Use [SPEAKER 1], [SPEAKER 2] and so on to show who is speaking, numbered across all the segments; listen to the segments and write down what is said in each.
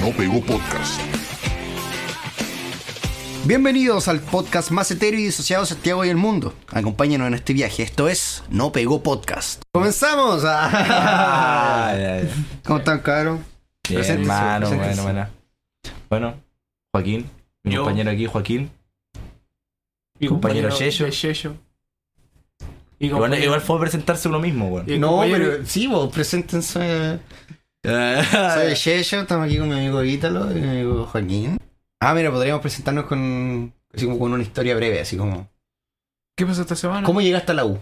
[SPEAKER 1] No pegó podcast.
[SPEAKER 2] Bienvenidos al podcast más etéreo y disociado de Santiago y el mundo. Acompáñenos en este viaje. Esto es No Pegó Podcast. ¡Comenzamos!
[SPEAKER 3] Ah, ya, ya.
[SPEAKER 2] ¿Cómo están, cabrón?
[SPEAKER 3] Bien,
[SPEAKER 2] Preséntese,
[SPEAKER 3] hermano,
[SPEAKER 2] preséntese.
[SPEAKER 3] bueno, bueno. Bueno, Joaquín, mi
[SPEAKER 4] Yo.
[SPEAKER 3] compañero aquí, Joaquín.
[SPEAKER 4] Mi
[SPEAKER 3] Compañero Yello.
[SPEAKER 4] de Yello. Y
[SPEAKER 3] Igual,
[SPEAKER 4] compañero-
[SPEAKER 3] igual fue presentarse uno mismo, weón.
[SPEAKER 4] y
[SPEAKER 2] No,
[SPEAKER 4] compañero-
[SPEAKER 2] pero sí, vos, preséntense. Soy
[SPEAKER 3] Ah,
[SPEAKER 2] Yesho, estamos aquí con mi amigo Ítalo y mi amigo Joaquín. Ah, mira, podríamos presentarnos con, así como con una historia breve, así como...
[SPEAKER 4] ¿Qué pasó esta semana?
[SPEAKER 2] ¿Cómo llegaste a la U?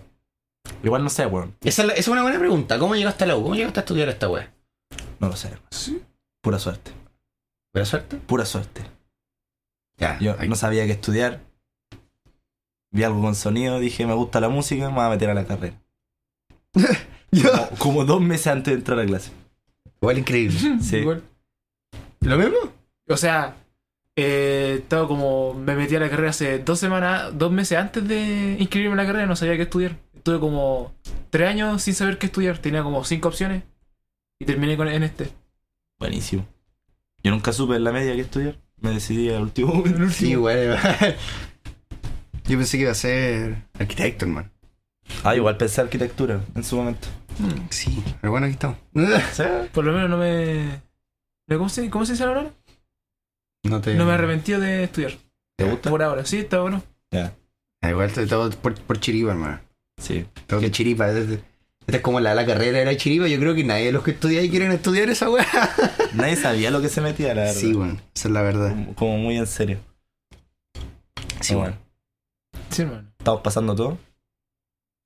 [SPEAKER 3] Igual no sé, weón.
[SPEAKER 2] Esa es, la- esa es una buena pregunta. ¿Cómo llegaste a la U? ¿Cómo llegaste a estudiar a esta wea?
[SPEAKER 3] No lo sé, hermano. Pura suerte,
[SPEAKER 2] ¿Buena suerte?
[SPEAKER 3] pura suerte.
[SPEAKER 2] Ya.
[SPEAKER 3] Yo
[SPEAKER 2] ahí.
[SPEAKER 3] no sabía qué estudiar. Vi algo con sonido, dije, me gusta la música, me voy a meter a la carrera. Como, como dos meses antes de entrar a clase.
[SPEAKER 2] Igual increíble.
[SPEAKER 3] Sí.
[SPEAKER 4] Mm, Igual.
[SPEAKER 2] ¿Lo mismo?
[SPEAKER 4] O sea, eh, estaba como. Me metí a la carrera hace dos semanas, dos meses antes de inscribirme en la carrera, no sabía qué estudiar. Estuve como tres años sin saber qué estudiar. Tenía como cinco opciones y terminé con, en este.
[SPEAKER 3] Buenísimo. Yo nunca supe en la media qué estudiar. Me decidí al último
[SPEAKER 4] En el
[SPEAKER 3] momento.
[SPEAKER 2] Sí,
[SPEAKER 4] último.
[SPEAKER 2] igual. Yo pensé que iba a ser arquitecto, hermano.
[SPEAKER 3] Ah, igual pensé arquitectura en su momento.
[SPEAKER 4] Mm.
[SPEAKER 2] Sí, pero bueno, aquí estamos.
[SPEAKER 3] ¿Sí?
[SPEAKER 4] Por lo menos no me. ¿no? ¿Cómo se, cómo se dice ahora?
[SPEAKER 2] No te...
[SPEAKER 4] No me arrepentí de estudiar.
[SPEAKER 3] ¿Te gusta?
[SPEAKER 4] Por ahora, sí, está bueno.
[SPEAKER 2] Ah, Igual te- todo por, por chiripa, hermano.
[SPEAKER 3] Sí.
[SPEAKER 2] Todo de chiripa. Esta es como la, la carrera era chiripa. Yo creo que nadie de los que estudia ahí quieren estudiar esa weá.
[SPEAKER 3] Nadie sabía lo que se metía, la verdad.
[SPEAKER 2] Sí, bueno, esa es la verdad.
[SPEAKER 3] Como- Como muy en serio.
[SPEAKER 2] Sí,
[SPEAKER 3] bueno.
[SPEAKER 4] Sí, hermano.
[SPEAKER 3] Estamos pasando todo.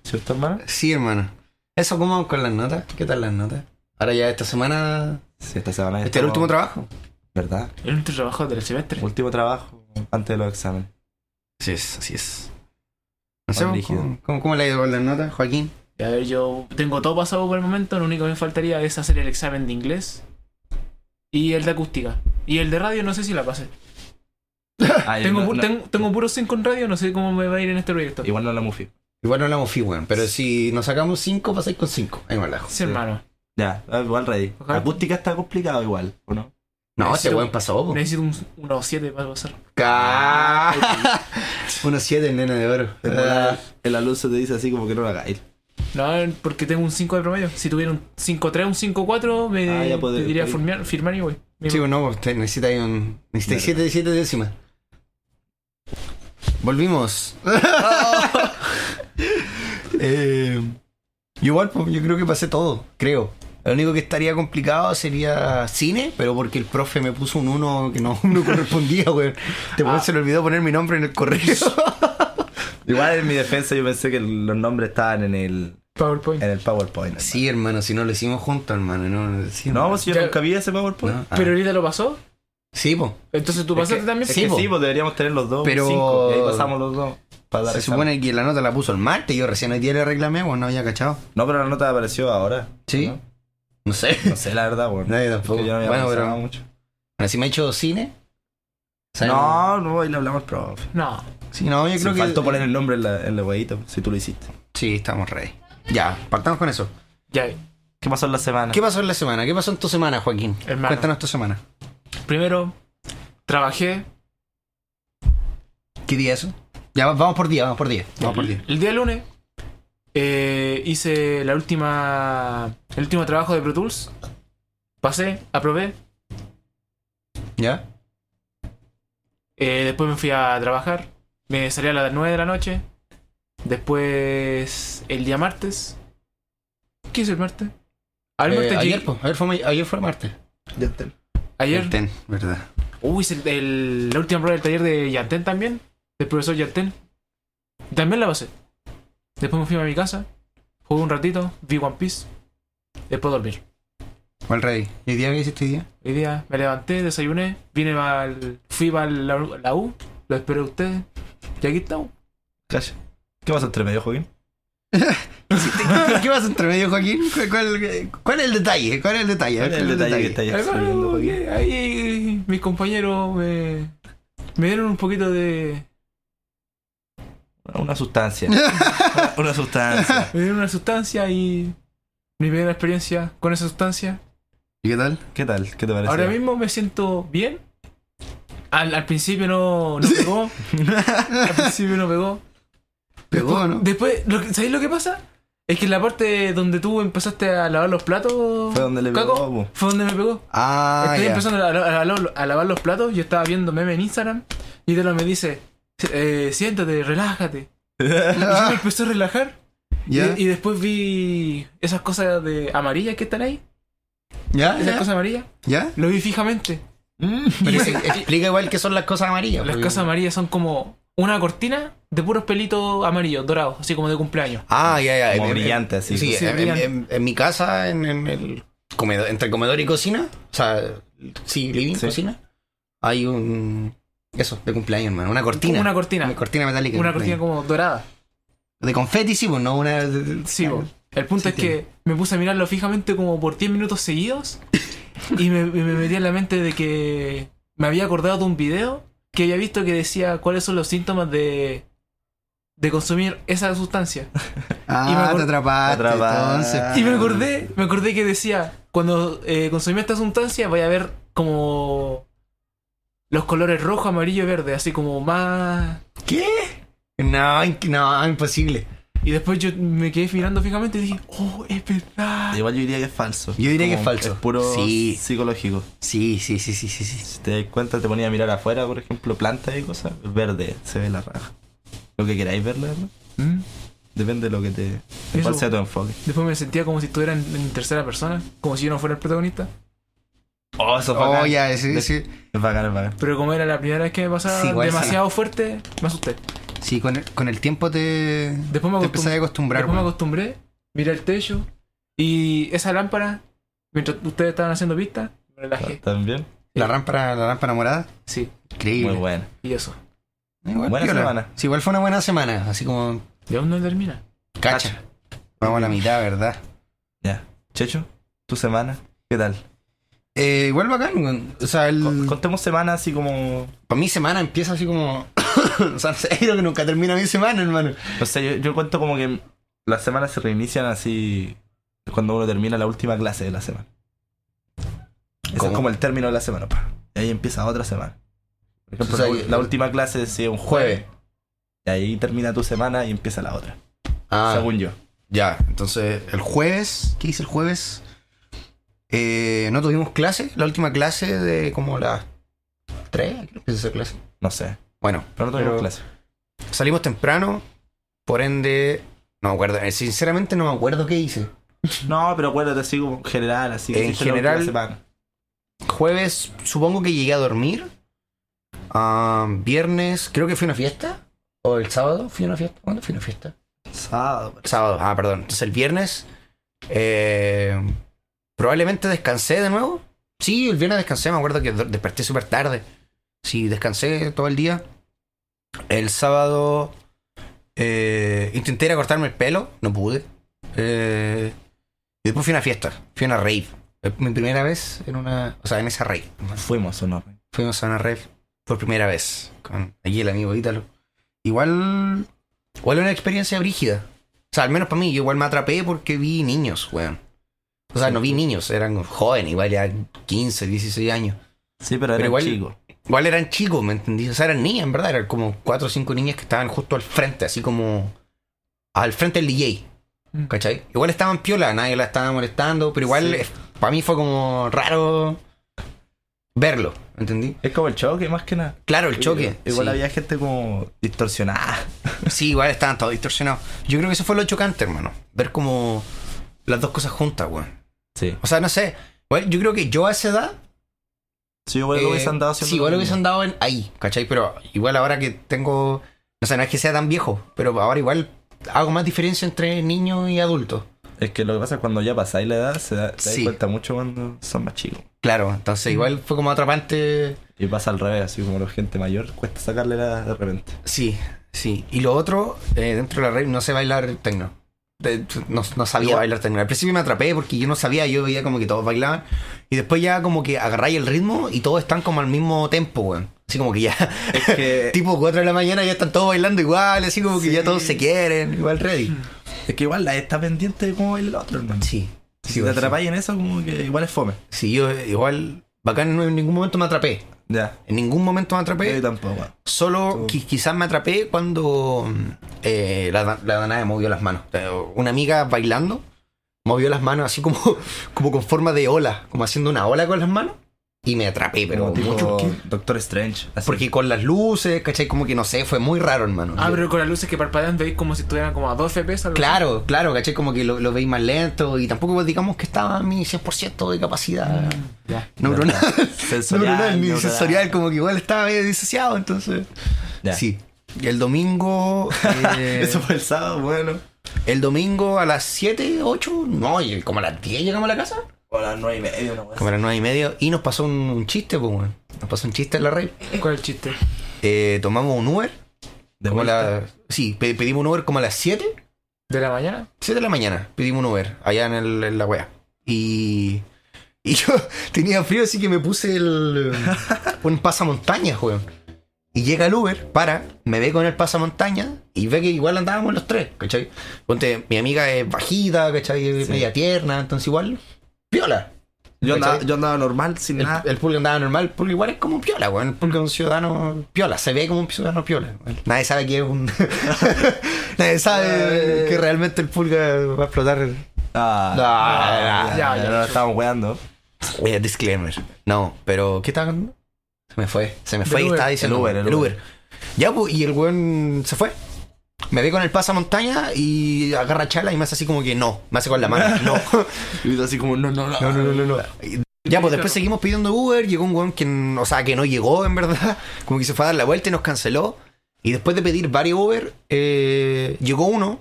[SPEAKER 3] ¿Cierto, hermano?
[SPEAKER 2] Sí, hermano. Eso, ¿cómo vamos con las notas? ¿Qué tal las notas? Ahora ya esta semana...
[SPEAKER 3] Sí, esta semana.
[SPEAKER 2] Este es el
[SPEAKER 3] estamos-
[SPEAKER 2] último trabajo.
[SPEAKER 3] ¿Verdad?
[SPEAKER 4] El último trabajo del semestre.
[SPEAKER 3] Último trabajo antes de los exámenes.
[SPEAKER 2] Así es, así es. No
[SPEAKER 3] Juan
[SPEAKER 2] sé,
[SPEAKER 3] Brígido.
[SPEAKER 2] ¿cómo, cómo, cómo le ha ido con las notas, Joaquín?
[SPEAKER 4] A ver, yo tengo todo pasado por el momento, lo único que me faltaría es hacer el examen de inglés y el de acústica. Y el de radio no sé si la pasé.
[SPEAKER 3] Ah,
[SPEAKER 4] tengo,
[SPEAKER 3] no-
[SPEAKER 4] pu-
[SPEAKER 3] no-
[SPEAKER 4] tengo, tengo puro 5 en radio, no sé cómo me va a ir en este proyecto.
[SPEAKER 3] Igual no la mufi.
[SPEAKER 2] Igual no hablamos fin, weón. Pero si nos sacamos 5, pasáis con 5. Ahí me relajo.
[SPEAKER 4] Sí, hermano.
[SPEAKER 3] Ya, ah, igual ready.
[SPEAKER 4] Ojalá.
[SPEAKER 3] Acústica está complicado igual, ¿o no?
[SPEAKER 2] No, ese
[SPEAKER 4] Necesito-
[SPEAKER 2] weón pasó. po.
[SPEAKER 4] Necesito un, unos 7 para pasar.
[SPEAKER 2] Ca- Unos 7, nena de oro. Ah,
[SPEAKER 3] El alumno te dice así como que no la hagáis.
[SPEAKER 4] No, porque tengo un 5 de promedio. Si tuviera un 5-3, un 5-4, me
[SPEAKER 3] Ah, ya podré-
[SPEAKER 4] me diría
[SPEAKER 3] podré.
[SPEAKER 4] firmar, firmar y voy. Me-
[SPEAKER 2] Sí, pues no, usted necesita ahí un. Necesita 7 7 décimas. Volvimos. Eh, igual, pues, yo creo que pasé todo, creo. Lo único que estaría complicado sería cine, pero porque el profe me puso un 1 que no, no correspondía, weón. Te
[SPEAKER 3] Ah.
[SPEAKER 2] se le olvidó poner mi nombre en el correo.
[SPEAKER 3] Igual en mi defensa yo pensé que los nombres estaban en el,
[SPEAKER 4] PowerPoint.
[SPEAKER 3] en el PowerPoint.
[SPEAKER 2] sí, hermano, si no lo hicimos juntos, hermano. No, sí,
[SPEAKER 3] No,
[SPEAKER 2] hermano.
[SPEAKER 3] pues yo
[SPEAKER 4] Ya-
[SPEAKER 3] nunca vi ese PowerPoint.
[SPEAKER 2] No, ah.
[SPEAKER 4] Pero ahorita lo pasó.
[SPEAKER 2] Sí, pues.
[SPEAKER 4] Entonces tú pasaste
[SPEAKER 3] que-
[SPEAKER 4] también.
[SPEAKER 3] Es
[SPEAKER 2] Sí,
[SPEAKER 3] que
[SPEAKER 2] po.
[SPEAKER 3] sí, pues deberíamos tener los dos.
[SPEAKER 2] Pero-
[SPEAKER 3] Cinco, y ahí pasamos los dos. Para dar
[SPEAKER 2] Se
[SPEAKER 3] examen.
[SPEAKER 2] supone que la nota la puso el martes, yo recién hoy día le reclamé, bueno, no había cachado.
[SPEAKER 3] No, pero la nota apareció ahora.
[SPEAKER 2] Sí.
[SPEAKER 3] ¿no?
[SPEAKER 2] No sé.
[SPEAKER 3] No sé, la verdad, weón.
[SPEAKER 2] Nadie tampoco.
[SPEAKER 3] Que yo no había
[SPEAKER 2] bueno,
[SPEAKER 3] pensado
[SPEAKER 2] pero
[SPEAKER 3] mucho.
[SPEAKER 2] bueno, si me ha hecho cine. o sea,
[SPEAKER 3] No, no, ahí le hablamos al profe.
[SPEAKER 4] No.
[SPEAKER 2] Sí, no, yo
[SPEAKER 3] Se
[SPEAKER 2] creo que.
[SPEAKER 3] faltó poner el nombre en la, en la huevita, si tú lo hiciste.
[SPEAKER 2] Sí, estamos ready. Ya, partamos con eso.
[SPEAKER 4] Ya,
[SPEAKER 3] ¿Qué pasó en la semana?
[SPEAKER 2] ¿Qué pasó en la semana? ¿Qué pasó en tu semana, Joaquín?
[SPEAKER 4] Hermano.
[SPEAKER 2] Cuéntanos tu semana.
[SPEAKER 4] primero trabajé.
[SPEAKER 2] ¿Qué día es eso? Ya, va- vamos por día, vamos por día. Vamos por día.
[SPEAKER 4] El día lunes eh, hice la última. El último trabajo de Pro Tools. Pasé, aprobé.
[SPEAKER 2] ¿Ya?
[SPEAKER 4] eh, después me fui a trabajar. Me salí a las 9 de la noche. Después. El día martes. ¿Qué hice el martes? Al
[SPEAKER 2] Eh,
[SPEAKER 4] martes llegué-
[SPEAKER 2] ayer, po, ayer, fue, mi- ayer fue martes.
[SPEAKER 3] Ya está.
[SPEAKER 4] ayer.
[SPEAKER 2] Ten, verdad.
[SPEAKER 4] Uy, hice el- el- la última prueba del taller de Yantén también. Del profesor Yantén. También la pasé. Después me fui a mi casa. Jugué un ratito. Vi One Piece. Después dormir.
[SPEAKER 2] ¿Cuál ready? ¿Y hoy día qué hiciste hoy día?
[SPEAKER 4] Hoy día me levanté, desayuné, vine al, fui para la, la U, lo esperé a ustedes. Y aquí estamos.
[SPEAKER 3] Calla. ¿Qué pasó entre medio, Joaquín?
[SPEAKER 2] ¿Qué pasó entre medio, Joaquín? ¿Cuál, cuál, cuál es el detalle? ¿Cuál es el detalle?
[SPEAKER 3] ¿Cuál es el detalle que estáis exhibiendo,
[SPEAKER 4] Ahí,
[SPEAKER 3] Joaquín?
[SPEAKER 4] ahí mis compañeros me, me dieron un poquito de.
[SPEAKER 3] Una sustancia. Una sustancia.
[SPEAKER 4] Me dieron una sustancia y. Mi primera experiencia con esa sustancia.
[SPEAKER 2] ¿Y qué tal?
[SPEAKER 3] ¿Qué tal? ¿Qué te parece?
[SPEAKER 4] Ahora mismo me siento bien. Al, al principio no, no pegó. al principio no pegó.
[SPEAKER 2] Pegó, ¿no?
[SPEAKER 4] Después, lo que- ¿sabéis lo que pasa? Es que en la parte donde tú empezaste a lavar los platos.
[SPEAKER 3] Fue donde le
[SPEAKER 4] Caco,
[SPEAKER 3] pegó, po.
[SPEAKER 4] Fue donde me pegó.
[SPEAKER 2] Ah,
[SPEAKER 4] Estoy
[SPEAKER 2] ya.
[SPEAKER 4] empezando a, la- a la- a lavar los platos. Yo estaba viendo meme en Instagram. Y Delon me dice: eh, Siéntate, relájate. Y yo me empecé a relajar. Y,
[SPEAKER 2] ¿Ya?
[SPEAKER 4] y después vi esas cosas de amarillas que están ahí.
[SPEAKER 2] ¿Ya?
[SPEAKER 4] Esas
[SPEAKER 2] ¿Ya?
[SPEAKER 4] cosas amarillas.
[SPEAKER 2] ¿Ya?
[SPEAKER 4] Lo vi fijamente.
[SPEAKER 2] Pero se- explica igual qué son las cosas amarillas.
[SPEAKER 4] Las
[SPEAKER 2] porque-
[SPEAKER 4] casas amarillas son como una cortina de puros pelitos amarillos, dorados, así como de cumpleaños.
[SPEAKER 2] Ah, ya, ya.
[SPEAKER 3] Como
[SPEAKER 2] En- en-
[SPEAKER 3] brillante, así.
[SPEAKER 2] Sí,
[SPEAKER 4] Sí,
[SPEAKER 2] en,
[SPEAKER 4] brillante.
[SPEAKER 2] en- en mi casa, en, en el comedor, entre comedor y cocina, o sea, sí, living,
[SPEAKER 3] Sí.
[SPEAKER 2] cocina, hay un... Eso, de cumpleaños, hermano. Una cortina.
[SPEAKER 4] Una cortina.
[SPEAKER 2] Una cortina metálica. de
[SPEAKER 4] Una cortina
[SPEAKER 2] cumpleaños.
[SPEAKER 4] como dorada.
[SPEAKER 2] De confeti, sí, pues, no una... de- de-
[SPEAKER 4] Sí, pues.
[SPEAKER 2] claro.
[SPEAKER 4] bo. El punto
[SPEAKER 2] Sí,
[SPEAKER 4] es que me puse a mirarlo fijamente como por 10 minutos seguidos y me, me metí en la mente de que me había acordado de un video que había visto que decía cuáles son los síntomas de, de consumir esa sustancia. Y me
[SPEAKER 2] Ah,
[SPEAKER 4] acor-
[SPEAKER 2] te atrapaste,
[SPEAKER 3] Te atrapaste.
[SPEAKER 2] entonces.
[SPEAKER 4] Y me acordé, me acordé que decía, cuando eh, consumí esta sustancia voy a ver como los colores rojo, amarillo y verde, así como más...
[SPEAKER 2] ¿Qué? No, inc- no, imposible.
[SPEAKER 4] Y después yo me quedé mirando fijamente y dije, oh, es verdad.
[SPEAKER 3] Igual yo diría que es falso.
[SPEAKER 2] Yo diría que es
[SPEAKER 3] Como
[SPEAKER 2] falso.
[SPEAKER 3] Es puro
[SPEAKER 2] Sí.
[SPEAKER 3] psicológico.
[SPEAKER 2] Sí, sí, sí, sí, sí, sí.
[SPEAKER 3] Si te das cuenta, te ponía a mirar afuera, por ejemplo, plantas y cosas. Verde, se ve la raja. Lo que queráis ver, la verdad.
[SPEAKER 4] ¿Mm?
[SPEAKER 3] Depende de lo que te. de
[SPEAKER 4] Eso.
[SPEAKER 3] cuál sea tu enfoque.
[SPEAKER 4] Después me sentía como si estuviera en, en tercera persona, como si yo no fuera el protagonista.
[SPEAKER 3] Oh, eso es bacán.
[SPEAKER 2] Oh, ya, sí,
[SPEAKER 3] De-
[SPEAKER 2] sí.
[SPEAKER 3] Es bacán, es bacán.
[SPEAKER 4] Pero como era la primera vez que me pasaba
[SPEAKER 2] Sí, igual
[SPEAKER 4] demasiado fuerte, me asusté.
[SPEAKER 2] Sí, con el, con el tiempo te,
[SPEAKER 4] Después me,
[SPEAKER 2] te
[SPEAKER 4] acostum-
[SPEAKER 2] empezás a acostumbrar.
[SPEAKER 4] después me
[SPEAKER 2] weón.
[SPEAKER 4] acostumbré, miré el techo y esa lámpara, mientras ustedes estaban haciendo pistas, me relajé.
[SPEAKER 3] También.
[SPEAKER 2] La rampa, la rampa morada,
[SPEAKER 4] Sí,
[SPEAKER 2] increíble. Eh,
[SPEAKER 3] Muy buena.
[SPEAKER 4] y eso.
[SPEAKER 2] Igual,
[SPEAKER 3] Buena
[SPEAKER 2] piola.
[SPEAKER 3] semana.
[SPEAKER 2] Sí, igual fue una buena semana, así como
[SPEAKER 4] ¿De aún no termina?
[SPEAKER 2] cacha.
[SPEAKER 3] Cacha.
[SPEAKER 2] Vamos a la mitad, ¿verdad?
[SPEAKER 3] Ya. Checho, tu semana, ¿qué tal?
[SPEAKER 2] Eh, igual bacán, weón. O sea,
[SPEAKER 3] Co-
[SPEAKER 2] el,
[SPEAKER 3] Contemos semana así como.
[SPEAKER 2] para mi semana empieza así como... o sea, no sé, creo que nunca termina mi semana, hermano.
[SPEAKER 3] No sé, yo, yo cuento como que las semanas se reinician así cuando uno termina la última clase de la semana. Ese
[SPEAKER 2] ¿Cómo?
[SPEAKER 3] es como el término de la semana, pa. Y ahí empieza otra semana. Por ejemplo,
[SPEAKER 2] O sea,
[SPEAKER 3] la,
[SPEAKER 2] que-
[SPEAKER 3] la última clase es eh, un jueves.
[SPEAKER 2] Jueves.
[SPEAKER 3] Y ahí termina tu semana y empieza la otra.
[SPEAKER 2] Ah,
[SPEAKER 3] Según yo.
[SPEAKER 2] ya. Entonces, el jueves, ¿qué hice el jueves? Eh, no tuvimos clase, la última clase de como las 3, creo que es esa clase.
[SPEAKER 3] No sé.
[SPEAKER 2] Bueno,
[SPEAKER 3] Pero no
[SPEAKER 2] Pero-
[SPEAKER 3] tenemos clase.
[SPEAKER 2] Salimos temprano, por ende, no me acuerdo, eh, sinceramente no me acuerdo qué hice.
[SPEAKER 3] No, pero acuérdate así como general, así que
[SPEAKER 2] En
[SPEAKER 3] hiciste la última
[SPEAKER 2] general-
[SPEAKER 3] semana.
[SPEAKER 2] Jueves, supongo que llegué a dormir. Ah, viernes, creo que fui a una fiesta. O el sábado, fui a una fiesta. ¿Cuándo fui a una fiesta?
[SPEAKER 3] Sábado.
[SPEAKER 2] El sábado, ah, perdón. Entonces el viernes, eh, probablemente descansé de nuevo. Sí, el viernes descansé, me acuerdo que do- desperté súper tarde. Sí, descansé todo el día. El sábado eh, intenté ir a cortarme el pelo, no pude. Eh, y después fui a una fiesta, fui a una rave. Eh, Mi primera vez en una. O sea, en esa rave.
[SPEAKER 3] Fuimos o no.
[SPEAKER 2] Fuimos a una rave por primera vez con aquí el amigo Ítalo. Igual. Igual una experiencia brígida. O sea, al menos para mí, yo igual me atrapé porque vi niños, weón. O sea, no vi niños, eran jóvenes, igual ya 15, 16 años.
[SPEAKER 3] Sí, pero era
[SPEAKER 2] igual-
[SPEAKER 3] chico.
[SPEAKER 2] Igual eran chicos, ¿me entendí? O sea, eran niñas, en verdad. Eran como cuatro o cinco niñas que estaban justo al frente, así como... Al frente del DJ,
[SPEAKER 4] Mm.
[SPEAKER 2] ¿cachai? Igual estaban piola, nadie la estaba molestando, pero
[SPEAKER 3] Sí.
[SPEAKER 2] igual para mí fue como raro verlo, ¿me entendí?
[SPEAKER 3] Es como el choque, más que nada.
[SPEAKER 2] Claro, el choque.
[SPEAKER 3] Igual
[SPEAKER 2] sí.
[SPEAKER 3] había gente como distorsionada.
[SPEAKER 2] Sí, igual estaban todos distorsionados. Yo creo que eso fue lo chocante, hermano. Ver como las dos cosas juntas, weón.
[SPEAKER 3] Sí.
[SPEAKER 2] O sea, no sé. Igual yo creo que yo a esa edad
[SPEAKER 3] Sí, igual lo
[SPEAKER 2] Eh,
[SPEAKER 3] hubiesen dado siendo
[SPEAKER 2] Sí, igual lo
[SPEAKER 3] niño.
[SPEAKER 2] hubiesen dado en ahí, ¿cachai? Pero igual ahora que tengo. No sé, no es que sea tan viejo, pero ahora igual hago más diferencia entre niño y adulto.
[SPEAKER 3] Es que lo que pasa es cuando ya pasáis la edad, se da, te das
[SPEAKER 2] Sí.
[SPEAKER 3] cuenta mucho cuando son más chicos.
[SPEAKER 2] Claro, entonces igual fue como atrapante.
[SPEAKER 3] Y pasa al revés, así como la gente mayor, cuesta sacarle la edad de repente.
[SPEAKER 2] Sí, sí. Y lo otro, eh, dentro de la red no sé bailar tecno. De- No, no sabía
[SPEAKER 3] Igual.
[SPEAKER 2] bailar tecno. Al principio me atrapé porque yo no sabía, yo veía como que todos bailaban. Y después ya como que agarráis el ritmo y todos están como al mismo tempo, weón. Así como que ya,
[SPEAKER 3] Es que,
[SPEAKER 2] tipo 4 de la mañana ya están todos bailando igual, así como que
[SPEAKER 3] Sí.
[SPEAKER 2] ya todos se quieren, igual ready.
[SPEAKER 3] es que igual la está pendiente de cómo baila el otro, hermano.
[SPEAKER 2] Sí, sí, Sí,
[SPEAKER 3] Si te
[SPEAKER 2] igual, sí.
[SPEAKER 3] atrapáis en eso, como que igual es fome.
[SPEAKER 2] Sí, yo eh, igual, bacán, no en ningún momento me atrapé.
[SPEAKER 3] Ya.
[SPEAKER 2] En ningún momento me atrapé.
[SPEAKER 3] Yo tampoco, weón.
[SPEAKER 2] Solo
[SPEAKER 3] Tú.
[SPEAKER 2] qui- quizás me atrapé cuando mm, eh, la, da- la Danae movió las manos. Eh, Una amiga bailando movió las manos así como, como con forma de ola, como haciendo una ola con las manos. Y me atrapé, pero
[SPEAKER 3] Como
[SPEAKER 2] mucho.
[SPEAKER 3] tipo Doctor Strange. así.
[SPEAKER 2] Porque con las luces, ¿cachai? Como que no sé, fue muy raro, hermano.
[SPEAKER 4] Ah,
[SPEAKER 2] Yo-
[SPEAKER 4] pero con las luces que parpadean veis como si estuvieran como a 2 FPS. algo
[SPEAKER 2] Claro, claro, ¿cachai? Como que lo, lo veis más lento y tampoco digamos que estaba a mi 100% de capacidad
[SPEAKER 4] así. Ya.
[SPEAKER 2] neuronal.
[SPEAKER 3] Sensorial,
[SPEAKER 2] neuronal, mi
[SPEAKER 3] neuronal.
[SPEAKER 2] sensorial, como que igual estaba medio disociado, entonces.
[SPEAKER 3] Ya.
[SPEAKER 2] Sí. Y el domingo. eh,
[SPEAKER 3] Eso fue el sábado, bueno.
[SPEAKER 2] El domingo a las 7, 8, no, y como a las 10 llegamos a la casa.
[SPEAKER 3] O a las nueve y media, una weá.
[SPEAKER 2] Como a las 9 y media. Y nos pasó un, un chiste, pues, weón. Nos pasó un chiste en la red.
[SPEAKER 4] ¿Cuál es el chiste?
[SPEAKER 2] Eh, tomamos un Uber.
[SPEAKER 3] De
[SPEAKER 2] como a
[SPEAKER 3] vuelta.
[SPEAKER 2] la- sí, pe- pedimos un Uber como a las 7.
[SPEAKER 4] ¿De la mañana?
[SPEAKER 2] 7 de la mañana. Pedimos un Uber allá en, el- en la wea. Y. Y yo tenía frío, así que me puse el. un pasamontañas, weón. Y llega el Uber, para, me ve con el pasamontañas y ve que igual andábamos los tres, ¿cachai? Ponte, mi amiga es bajita, ¿cachai? Es
[SPEAKER 3] Sí.
[SPEAKER 2] Media tierna, entonces igual. Piola.
[SPEAKER 3] Yo andaba,
[SPEAKER 2] ¿cachai?
[SPEAKER 3] yo andaba normal, sin
[SPEAKER 2] El,
[SPEAKER 3] nada.
[SPEAKER 2] el pulga andaba normal, el pulga igual es como un piola, weón. El pulga es un ciudadano piola, se ve como un ciudadano piola. weón. Nadie sabe que es un. Nadie
[SPEAKER 3] Eh.
[SPEAKER 2] sabe que realmente el pulga va a explotar.
[SPEAKER 3] Ah,
[SPEAKER 2] Ah,
[SPEAKER 3] ya,
[SPEAKER 4] ya,
[SPEAKER 3] ya,
[SPEAKER 4] ya.
[SPEAKER 3] no lo estábamos weando.
[SPEAKER 2] Oye, disclaimer. No, pero ¿qué estaba cantando? Se me fue, se me
[SPEAKER 4] Del
[SPEAKER 2] fue y
[SPEAKER 4] Uber.
[SPEAKER 2] estaba diciendo
[SPEAKER 3] El Uber, el Uber.
[SPEAKER 2] Ya, pues, y el weón se fue. Me ve con el pasamontaña y agarra chala y me hace así como que no. Me hace con la mano, no.
[SPEAKER 3] Y yo así como, no, no, no.
[SPEAKER 2] Ya, pues después seguimos pidiendo Uber, llegó un weón que, n- o sea, que no llegó en verdad, como que se fue a dar la vuelta y nos canceló. Y después de pedir varios Uber, eh, llegó uno,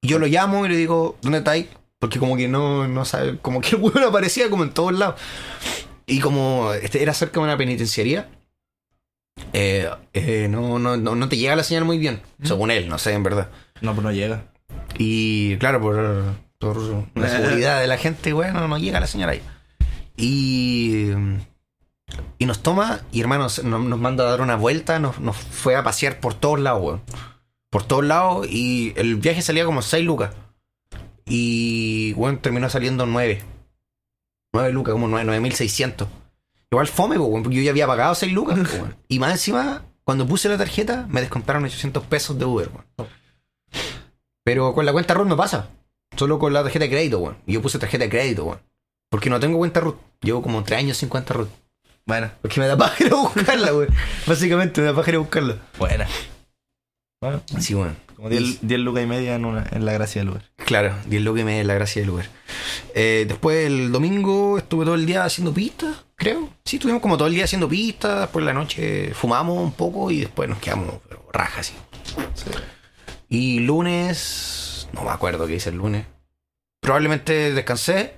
[SPEAKER 2] y yo lo llamo y le digo, ¿dónde estáis? Porque como que no, no sabe, como que el weón aparecía como en todos lados. Y como este era cerca de una penitenciaría, eh, eh, no, no, no, no te llega la señal muy bien, según él, no sé, en verdad.
[SPEAKER 3] No, pues no llega.
[SPEAKER 2] Y claro, por, por la seguridad de la gente, bueno, no llega la señora ahí. Y, y nos toma y hermanos nos, nos manda a dar una vuelta, nos, nos fue a pasear por todos lados, weón. Por todos lados y el viaje salía como 6 lucas. Y bueno, terminó saliendo 9. 9 lucas, como 9, 9600. Igual fome, po, weón, porque yo ya había pagado 6 lucas. po, weón. Y más encima, cuando puse la tarjeta, me descontaron 800 pesos de Uber. weón. Pero con la cuenta RUT no pasa. Solo con la tarjeta de crédito, weón. Y Yo puse tarjeta de crédito, weón. Porque no tengo cuenta RUT. Llevo como 3 años sin cuenta RUT.
[SPEAKER 3] Bueno,
[SPEAKER 2] Porque me da página buscarla, weón. Básicamente me da página buscarla.
[SPEAKER 3] buena. Bueno,
[SPEAKER 2] Sí, weón.
[SPEAKER 3] como 10 10 lucas y media en, una, en la gracia del lugar.
[SPEAKER 2] Claro, y es lo que me da la gracia del lugar. Eh, después el domingo estuve todo el día haciendo pistas, creo. Sí, estuvimos como todo el día haciendo pistas, después en la noche fumamos un poco y después nos quedamos pero, raja así. Y lunes, no me acuerdo qué hice el lunes. Probablemente descansé.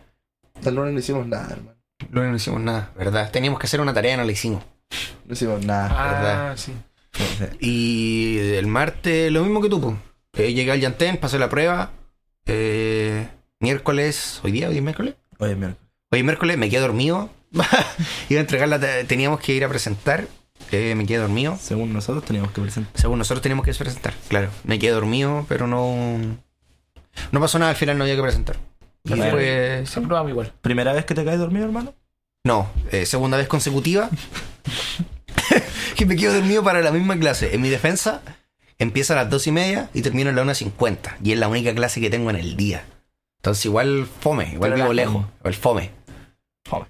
[SPEAKER 3] Tal lunes no hicimos nada, hermano.
[SPEAKER 2] Lunes no hicimos nada, ¿verdad? Teníamos que hacer una tarea, no la hicimos.
[SPEAKER 3] No hicimos nada.
[SPEAKER 4] Ah,
[SPEAKER 2] verdad.
[SPEAKER 4] sí.
[SPEAKER 2] Y el martes, lo mismo que tú, po. Eh, llegué al Yantén, pasé la prueba. Eh, miércoles, hoy día, hoy es miércoles.
[SPEAKER 3] Oye, mira.
[SPEAKER 2] Hoy miércoles me quedé dormido. Iba a entregar la ta- teníamos que ir a presentar. Eh, me quedé dormido.
[SPEAKER 3] Según nosotros teníamos que presentar.
[SPEAKER 2] Según nosotros teníamos que presentar, claro. Me quedé dormido, pero no. No pasó nada, al final no había que presentar. Y
[SPEAKER 3] Claro.
[SPEAKER 2] fue-
[SPEAKER 4] Se probamos igual.
[SPEAKER 3] ¿Primera vez que te caes dormido, hermano?
[SPEAKER 2] No, eh, segunda vez consecutiva. que me quedo dormido para la misma clase. En mi defensa, empieza a las dos y media y termino a las 1.50. Y es la única clase que tengo en el día. Entonces igual fome, igual
[SPEAKER 4] Pero
[SPEAKER 2] vivo
[SPEAKER 4] la-
[SPEAKER 2] lejos. Igual fome.
[SPEAKER 3] Fome.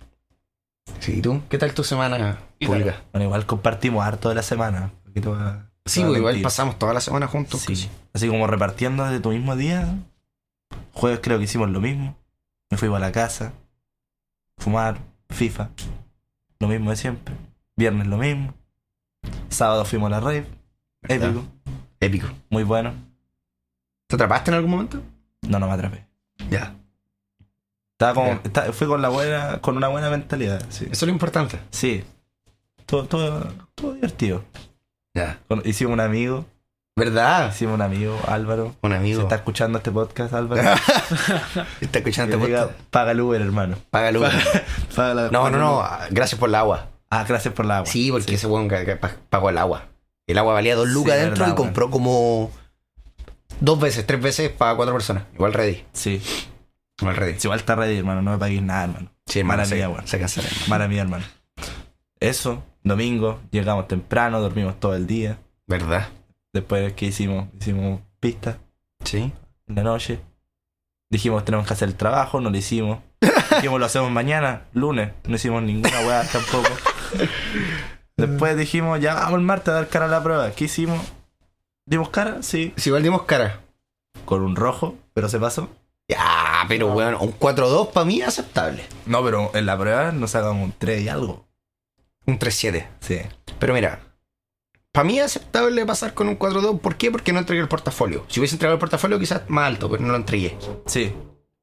[SPEAKER 2] Sí, ¿y tú? ¿Qué tal tu semana,
[SPEAKER 4] Ítalo.
[SPEAKER 2] Pulga?
[SPEAKER 3] Bueno, igual compartimos harto de la semana. Porque te va- te
[SPEAKER 2] Sí,
[SPEAKER 3] va a
[SPEAKER 2] pues, igual
[SPEAKER 3] mentir.
[SPEAKER 2] pasamos toda la semana juntos.
[SPEAKER 3] Sí. Así como repartiendo desde tu mismo día. Jueves creo que hicimos lo mismo. Me fui para la casa. Fumar, FIFA. Lo mismo de siempre. Viernes lo mismo. Sábado fuimos a la rave.
[SPEAKER 2] ¿Verdad?
[SPEAKER 3] Épico.
[SPEAKER 2] Épico.
[SPEAKER 3] Muy bueno.
[SPEAKER 2] ¿Te atrapaste en algún momento?
[SPEAKER 3] No, no me atrapé.
[SPEAKER 2] Ya.
[SPEAKER 3] Estaba con,
[SPEAKER 2] Ya.
[SPEAKER 3] esta- fui con la buena, con una buena mentalidad. Sí.
[SPEAKER 2] Eso es lo importante.
[SPEAKER 3] Sí. Todo, todo, todo divertido.
[SPEAKER 2] Ya.
[SPEAKER 3] Con- hicimos un amigo.
[SPEAKER 2] ¿Verdad?
[SPEAKER 3] Hicimos un amigo, Álvaro.
[SPEAKER 2] Un
[SPEAKER 3] Si
[SPEAKER 2] amigo.
[SPEAKER 3] está escuchando este podcast, Álvaro.
[SPEAKER 2] está escuchando
[SPEAKER 3] que
[SPEAKER 2] este
[SPEAKER 3] diga,
[SPEAKER 2] podcast.
[SPEAKER 3] paga el Uber, hermano.
[SPEAKER 2] Paga luz.
[SPEAKER 3] Paga la-
[SPEAKER 2] No, no, no. Gracias por el agua.
[SPEAKER 3] Ah, gracias por la agua.
[SPEAKER 2] Sí, porque ese weón ca- ca- pa- pagó el agua. El agua valía dos lucas
[SPEAKER 3] Sí,
[SPEAKER 2] adentro
[SPEAKER 3] verdad,
[SPEAKER 2] y compró como dos veces, tres veces para cuatro personas. Igual ready.
[SPEAKER 3] Sí.
[SPEAKER 2] Como el Reddit.
[SPEAKER 3] Si igual está ready, hermano, no me paguéis nada, hermano.
[SPEAKER 2] Sí, hermano,
[SPEAKER 3] Mala
[SPEAKER 2] se,
[SPEAKER 3] mía, weón.
[SPEAKER 2] se cancela, hermano.
[SPEAKER 3] Mala mía, hermano. Eso, domingo, llegamos temprano, dormimos todo el día.
[SPEAKER 2] ¿Verdad?
[SPEAKER 3] Después que hicimos, hicimos pistas
[SPEAKER 2] Sí.
[SPEAKER 3] en la noche. Dijimos tenemos que hacer el trabajo, no lo hicimos. Dijimos lo hacemos mañana, lunes, no hicimos ninguna weá tampoco. Después dijimos, ya vamos el martes a dar cara a la prueba. ¿Qué hicimos? ¿Dimos cara? Sí.
[SPEAKER 2] Si igual dimos cara.
[SPEAKER 3] Con un rojo, pero se pasó.
[SPEAKER 2] Ya, pero weón, un 4-2 para mí es aceptable.
[SPEAKER 3] No, pero en la prueba nos sacamos un 3 y algo.
[SPEAKER 2] Un 3-7.
[SPEAKER 3] Sí.
[SPEAKER 2] Pero mira, para mí es aceptable pasar con un 4-2. ¿Por qué? Porque no entregué el portafolio. Si hubiese entregado el portafolio, quizás más alto, pero no lo entregué.
[SPEAKER 3] Sí.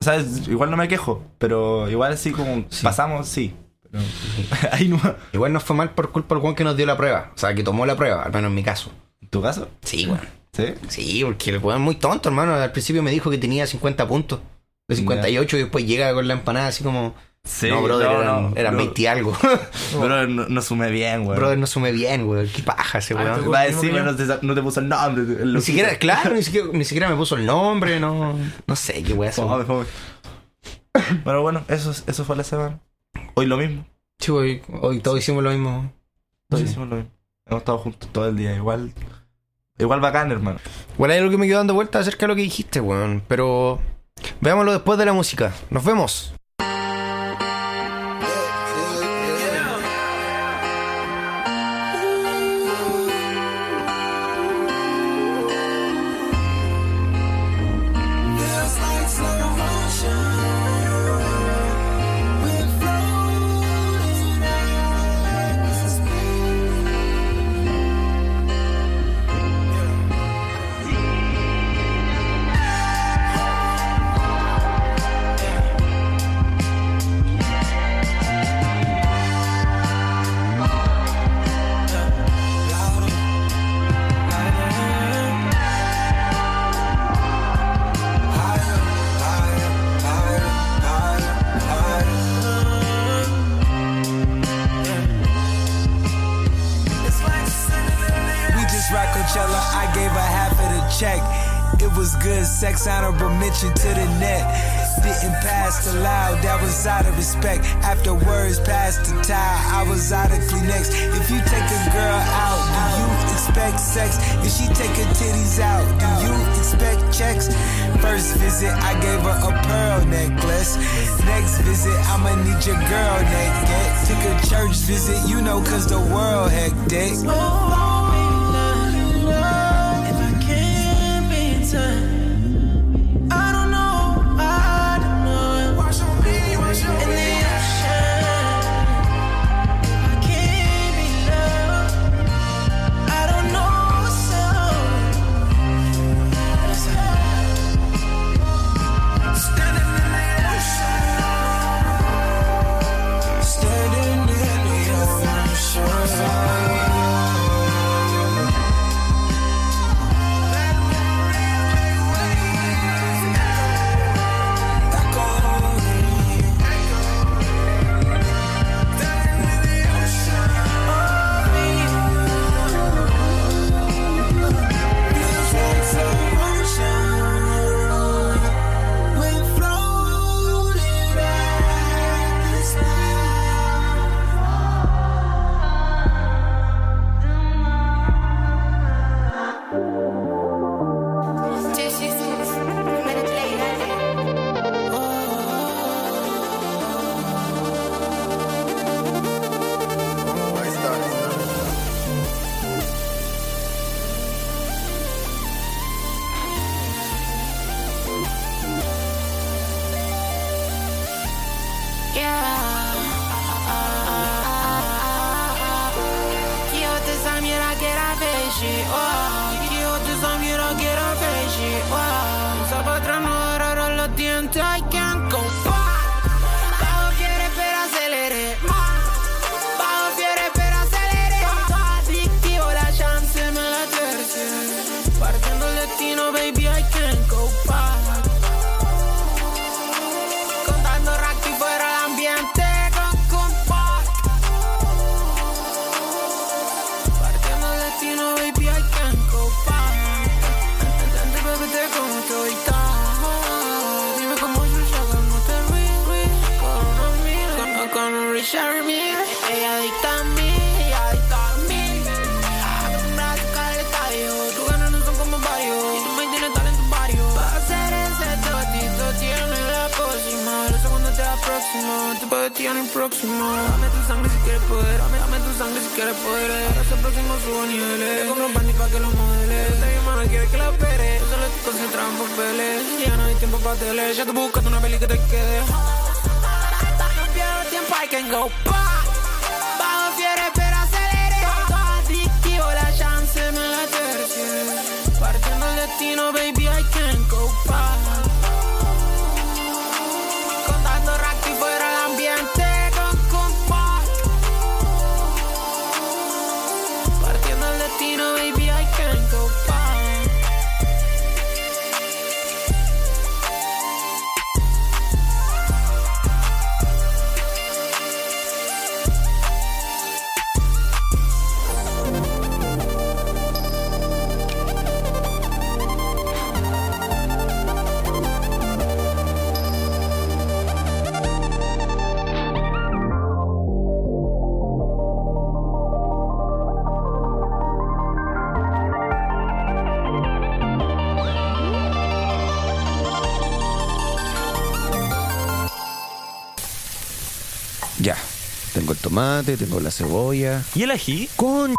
[SPEAKER 3] O sea, es- igual no me quejo, pero igual sí como pasamos, sí. Pero- Ahí no.
[SPEAKER 2] Igual nos fue mal por culpa del weón que nos dio la prueba. O sea, que tomó la prueba, al menos en mi caso.
[SPEAKER 3] ¿En tu caso?
[SPEAKER 2] Sí, weón.
[SPEAKER 3] Sí.
[SPEAKER 2] Sí, porque el weón es muy tonto, hermano. Al principio me dijo que tenía 50 puntos. De 58 y después llega con la empanada así como...
[SPEAKER 3] Sí.
[SPEAKER 2] no, brother, eran, eran
[SPEAKER 3] bro-
[SPEAKER 2] 20 y algo.
[SPEAKER 3] brother, no, no sumé bien, weón.
[SPEAKER 2] brother, no sume bien, weón. Qué paja ese
[SPEAKER 4] Ah,
[SPEAKER 2] weón.
[SPEAKER 4] este
[SPEAKER 3] Va a decir, no te, no te puso el nombre.
[SPEAKER 2] Ni siquiera, claro, ni siquiera, ni siquiera me puso el nombre, no, no sé qué voy a hacer.
[SPEAKER 3] Fome, fome. Pero bueno, eso, eso fue la semana. Hoy lo mismo.
[SPEAKER 2] Chivo, hoy, hoy todos hicimos lo mismo.
[SPEAKER 3] Todos
[SPEAKER 2] Sí.
[SPEAKER 3] hicimos lo mismo. Hemos estado juntos todo el día. Igual. Igual bacán, hermano.
[SPEAKER 2] Bueno, hay algo que me quedó dando vueltas acerca de lo que dijiste, weón. Pero veámoslo después de la música. Nos vemos.
[SPEAKER 1] Feels like slow motion. We're floating out in space.
[SPEAKER 5] We just rock Coachella. I gave her half of the check. It was good sex, honorable mention to the net. Didn't pass the loud, that was out of respect. After words passed the tie, I was out of Kleenex. If you take a girl out, do you expect sex? If she take her titties out, do you expect checks? First visit, I gave her a pearl necklace. Next visit, I'ma need your girl naked. Took a church visit, you know, cause the world hectic.
[SPEAKER 1] Oh, falling love. If I can't be in time, I don't know. I don't know. Watch on me, watch on me. If I can't be loved, I don't know so. It's hard. Standing in the ocean, standing in the ocean. oh. oh. oh. oh. baby Charmin. Ella adicta a mí, ella adicta a mí. Ah, tú me haces caleta, hijo. Tus ganas no son como varios. Y tú me tienes talento varios. Va a ser ese totito, tierno y la próxima. Lo sé cuando te aproximo, te puedo tirar en el próximo. Dame tu sangre si quieres poder, dame, dame tu sangre si quieres poder. Ahora se próximo subo niveles. eh. Te compro un panty pa' que lo modeles. Esta misma no quiere que la opere. Yo solo estoy concentrado en papeles. Y Ya no hay tiempo para tele, ya tú buscas una peli que te quede. No pierdo tiempo, I can go back. Bajo fiebre, pero acelere. Auto adictivo, la chance me la tercera. Partiendo el destino, baby, I can go back. Con tanto rack y fuera el ambiente con compás. Partiendo el destino, baby, I can go back.
[SPEAKER 2] Ya. Tengo el tomate, tengo la cebolla.
[SPEAKER 3] ¿Y el ají?
[SPEAKER 2] Con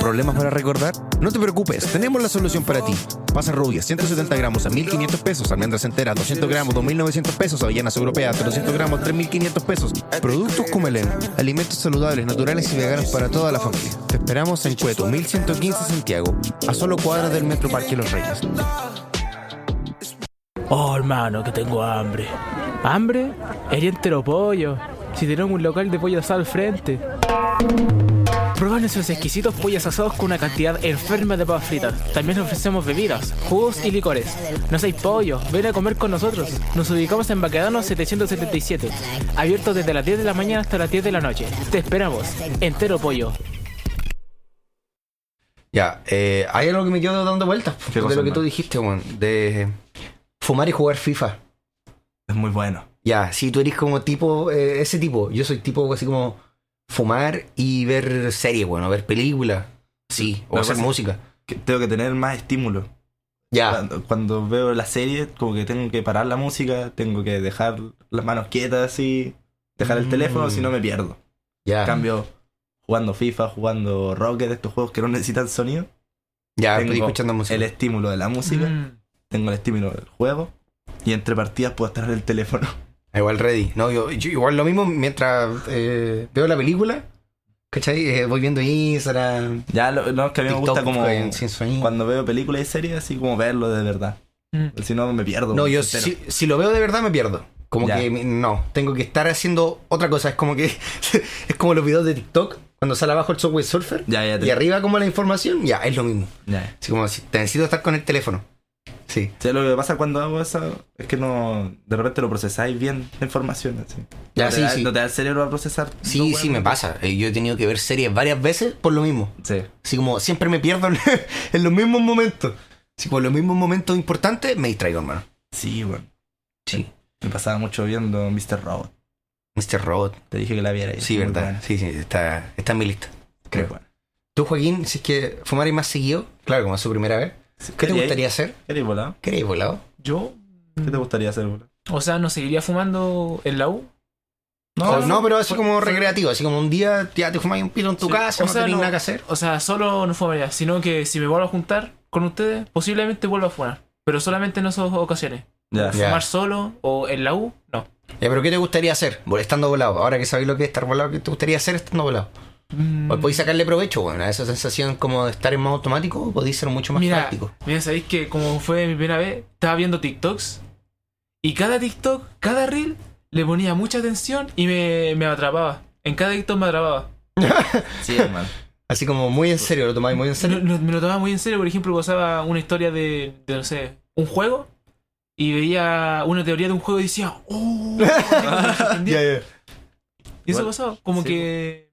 [SPEAKER 2] problemas para recordar. No te preocupes, tenemos la solución para ti. Pasa rubia, 170 gramos a 1500 pesos, almendras enteras 200 gramos, 2900 pesos, avellanas europeas 300 gramos, 3500 pesos. Productos Cumelén, alimentos saludables, naturales y veganos para toda la familia. Te esperamos en Cueto, 1115 Santiago, a solo cuadras del Metro Parque Los Reyes.
[SPEAKER 6] Oh, hermano, que tengo hambre. ¿Hambre? Haría entero pollo. Si tenemos un local de pollo asado al frente. Prueba nuestros exquisitos pollos asados con una cantidad enferma de papas fritas. También ofrecemos bebidas, jugos y licores. No seis pollo, ven a comer con nosotros. Nos ubicamos en Baquedano 777, abierto desde las 10 de la mañana hasta las 10 de la noche. Te esperamos. Entero pollo.
[SPEAKER 2] Ya, eh, hay algo que me quedó dando vueltas de
[SPEAKER 3] cosa,
[SPEAKER 2] lo que tú
[SPEAKER 3] hermano?
[SPEAKER 2] dijiste, weón, de fumar y jugar FIFA.
[SPEAKER 3] Es muy bueno.
[SPEAKER 2] Ya, si tú eres como tipo, eh, ese tipo, yo soy tipo así como fumar y ver series, bueno, ver películas, sí, o
[SPEAKER 3] Lo que
[SPEAKER 2] hacer
[SPEAKER 3] pasa-
[SPEAKER 2] música.
[SPEAKER 3] Que tengo que tener más estímulo.
[SPEAKER 2] Ya,
[SPEAKER 3] Cuando, cuando veo la serie, como que tengo que parar la música, tengo que dejar las manos quietas así, dejar el
[SPEAKER 2] Mm.
[SPEAKER 3] teléfono, si no me pierdo.
[SPEAKER 2] ya,
[SPEAKER 3] En cambio, jugando FIFA, jugando Rocket, estos juegos que no necesitan sonido,
[SPEAKER 2] ya,
[SPEAKER 3] tengo
[SPEAKER 2] Ah, estoy escuchando música.
[SPEAKER 3] el estímulo de la música,
[SPEAKER 4] Mm.
[SPEAKER 3] tengo el estímulo del juego, y entre partidas puedo estar en el teléfono.
[SPEAKER 2] Ah, Igual ready. No, yo, yo igual lo mismo mientras eh, veo la película, ¿cachai? Eh, voy viendo Instagram,
[SPEAKER 3] Ya, lo- no, es que a mí me gusta
[SPEAKER 2] TikTok,
[SPEAKER 3] como
[SPEAKER 2] eh, sin sueño.
[SPEAKER 3] cuando veo películas y series, así como verlo de verdad.
[SPEAKER 4] Mm.
[SPEAKER 3] Si no, me pierdo.
[SPEAKER 2] No, yo
[SPEAKER 3] entero.
[SPEAKER 2] si, si lo veo de verdad me pierdo. Como
[SPEAKER 3] Ya.
[SPEAKER 2] que me- no, tengo que estar haciendo otra cosa. Es como que es como los videos de TikTok cuando sale abajo el software surfer
[SPEAKER 3] Ya, ya, te-
[SPEAKER 2] y arriba como la información, ya es lo mismo.
[SPEAKER 3] ya.
[SPEAKER 2] Así como si te necesito estar con el teléfono. Sí.
[SPEAKER 3] O sea, lo que pasa cuando hago eso es que no. De repente lo procesáis bien la información. Así.
[SPEAKER 2] Ya,
[SPEAKER 3] no,
[SPEAKER 2] sí,
[SPEAKER 3] te da,
[SPEAKER 2] sí.
[SPEAKER 3] no te da el cerebro a procesar.
[SPEAKER 2] Sí,
[SPEAKER 3] no,
[SPEAKER 2] sí,
[SPEAKER 3] weón.
[SPEAKER 2] me pasa. Eh, Yo he tenido que ver series varias veces por lo mismo.
[SPEAKER 3] Sí.
[SPEAKER 2] Así como siempre me pierdo en, en los mismos momentos. Así como en los mismos momentos importantes me distraigo, hermano.
[SPEAKER 3] Sí, weón.
[SPEAKER 2] Sí.
[SPEAKER 3] Me pasaba mucho viendo Mr. Robot.
[SPEAKER 2] Mr. Robot.
[SPEAKER 3] Te dije que la viera.
[SPEAKER 2] Sí, verdad. Sí, sí, está, está en mi lista. creo.
[SPEAKER 3] Creo. Bueno.
[SPEAKER 2] Tú, Joaquín, si es que fumaras más seguido, claro, como es su primera vez, ¿qué te gustaría hacer?
[SPEAKER 3] ¿Qué te, volado?
[SPEAKER 2] ¿Qué eres, volado?
[SPEAKER 4] Yo,
[SPEAKER 3] ¿Qué te gustaría hacer, volado?
[SPEAKER 4] o sea, no seguiría fumando en la U.
[SPEAKER 2] No,
[SPEAKER 4] O sea,
[SPEAKER 2] no, pero así
[SPEAKER 4] fue-
[SPEAKER 2] como
[SPEAKER 4] fue-
[SPEAKER 2] recreativo, así como un día ya te fumáis un pito en tu
[SPEAKER 4] Sí,
[SPEAKER 2] casa,
[SPEAKER 4] o
[SPEAKER 2] no
[SPEAKER 4] sea,
[SPEAKER 2] tenés
[SPEAKER 4] no-
[SPEAKER 2] nada que hacer.
[SPEAKER 4] O sea, solo no fumaría, sino que si me vuelvo a juntar con ustedes, posiblemente vuelva a fumar. Pero solamente en esas ocasiones.
[SPEAKER 3] Ya.
[SPEAKER 2] Ya.
[SPEAKER 4] Fumar solo o en la U, no.
[SPEAKER 2] Ya, pero ¿qué te gustaría hacer vol- estando volado? Ahora que sabéis lo que es estar volado, ¿qué te gustaría hacer estando volado?
[SPEAKER 4] Mm,
[SPEAKER 2] O podéis sacarle provecho, bueno, a esa sensación como de estar en modo automático, o podéis ser mucho más
[SPEAKER 4] mira,
[SPEAKER 2] práctico.
[SPEAKER 4] Mira, sabéis que como fue mi primera vez, estaba viendo TikToks. Y cada TikTok, cada reel, le ponía mucha atención y me, me atrapaba. En cada TikTok me atrapaba.
[SPEAKER 3] Sí, hermano.
[SPEAKER 2] Así como muy en serio, lo tomáis muy en
[SPEAKER 4] Lo-
[SPEAKER 2] serio.
[SPEAKER 4] lo- me lo tomaba muy en serio, por ejemplo, pasaba una historia de, de, no sé, un juego y veía una teoría de un juego y decía, ¡Oh! me sorprendía".
[SPEAKER 2] Ya, ya.
[SPEAKER 4] Y eso
[SPEAKER 3] Igual,
[SPEAKER 4] pasaba, como
[SPEAKER 3] sí,
[SPEAKER 4] que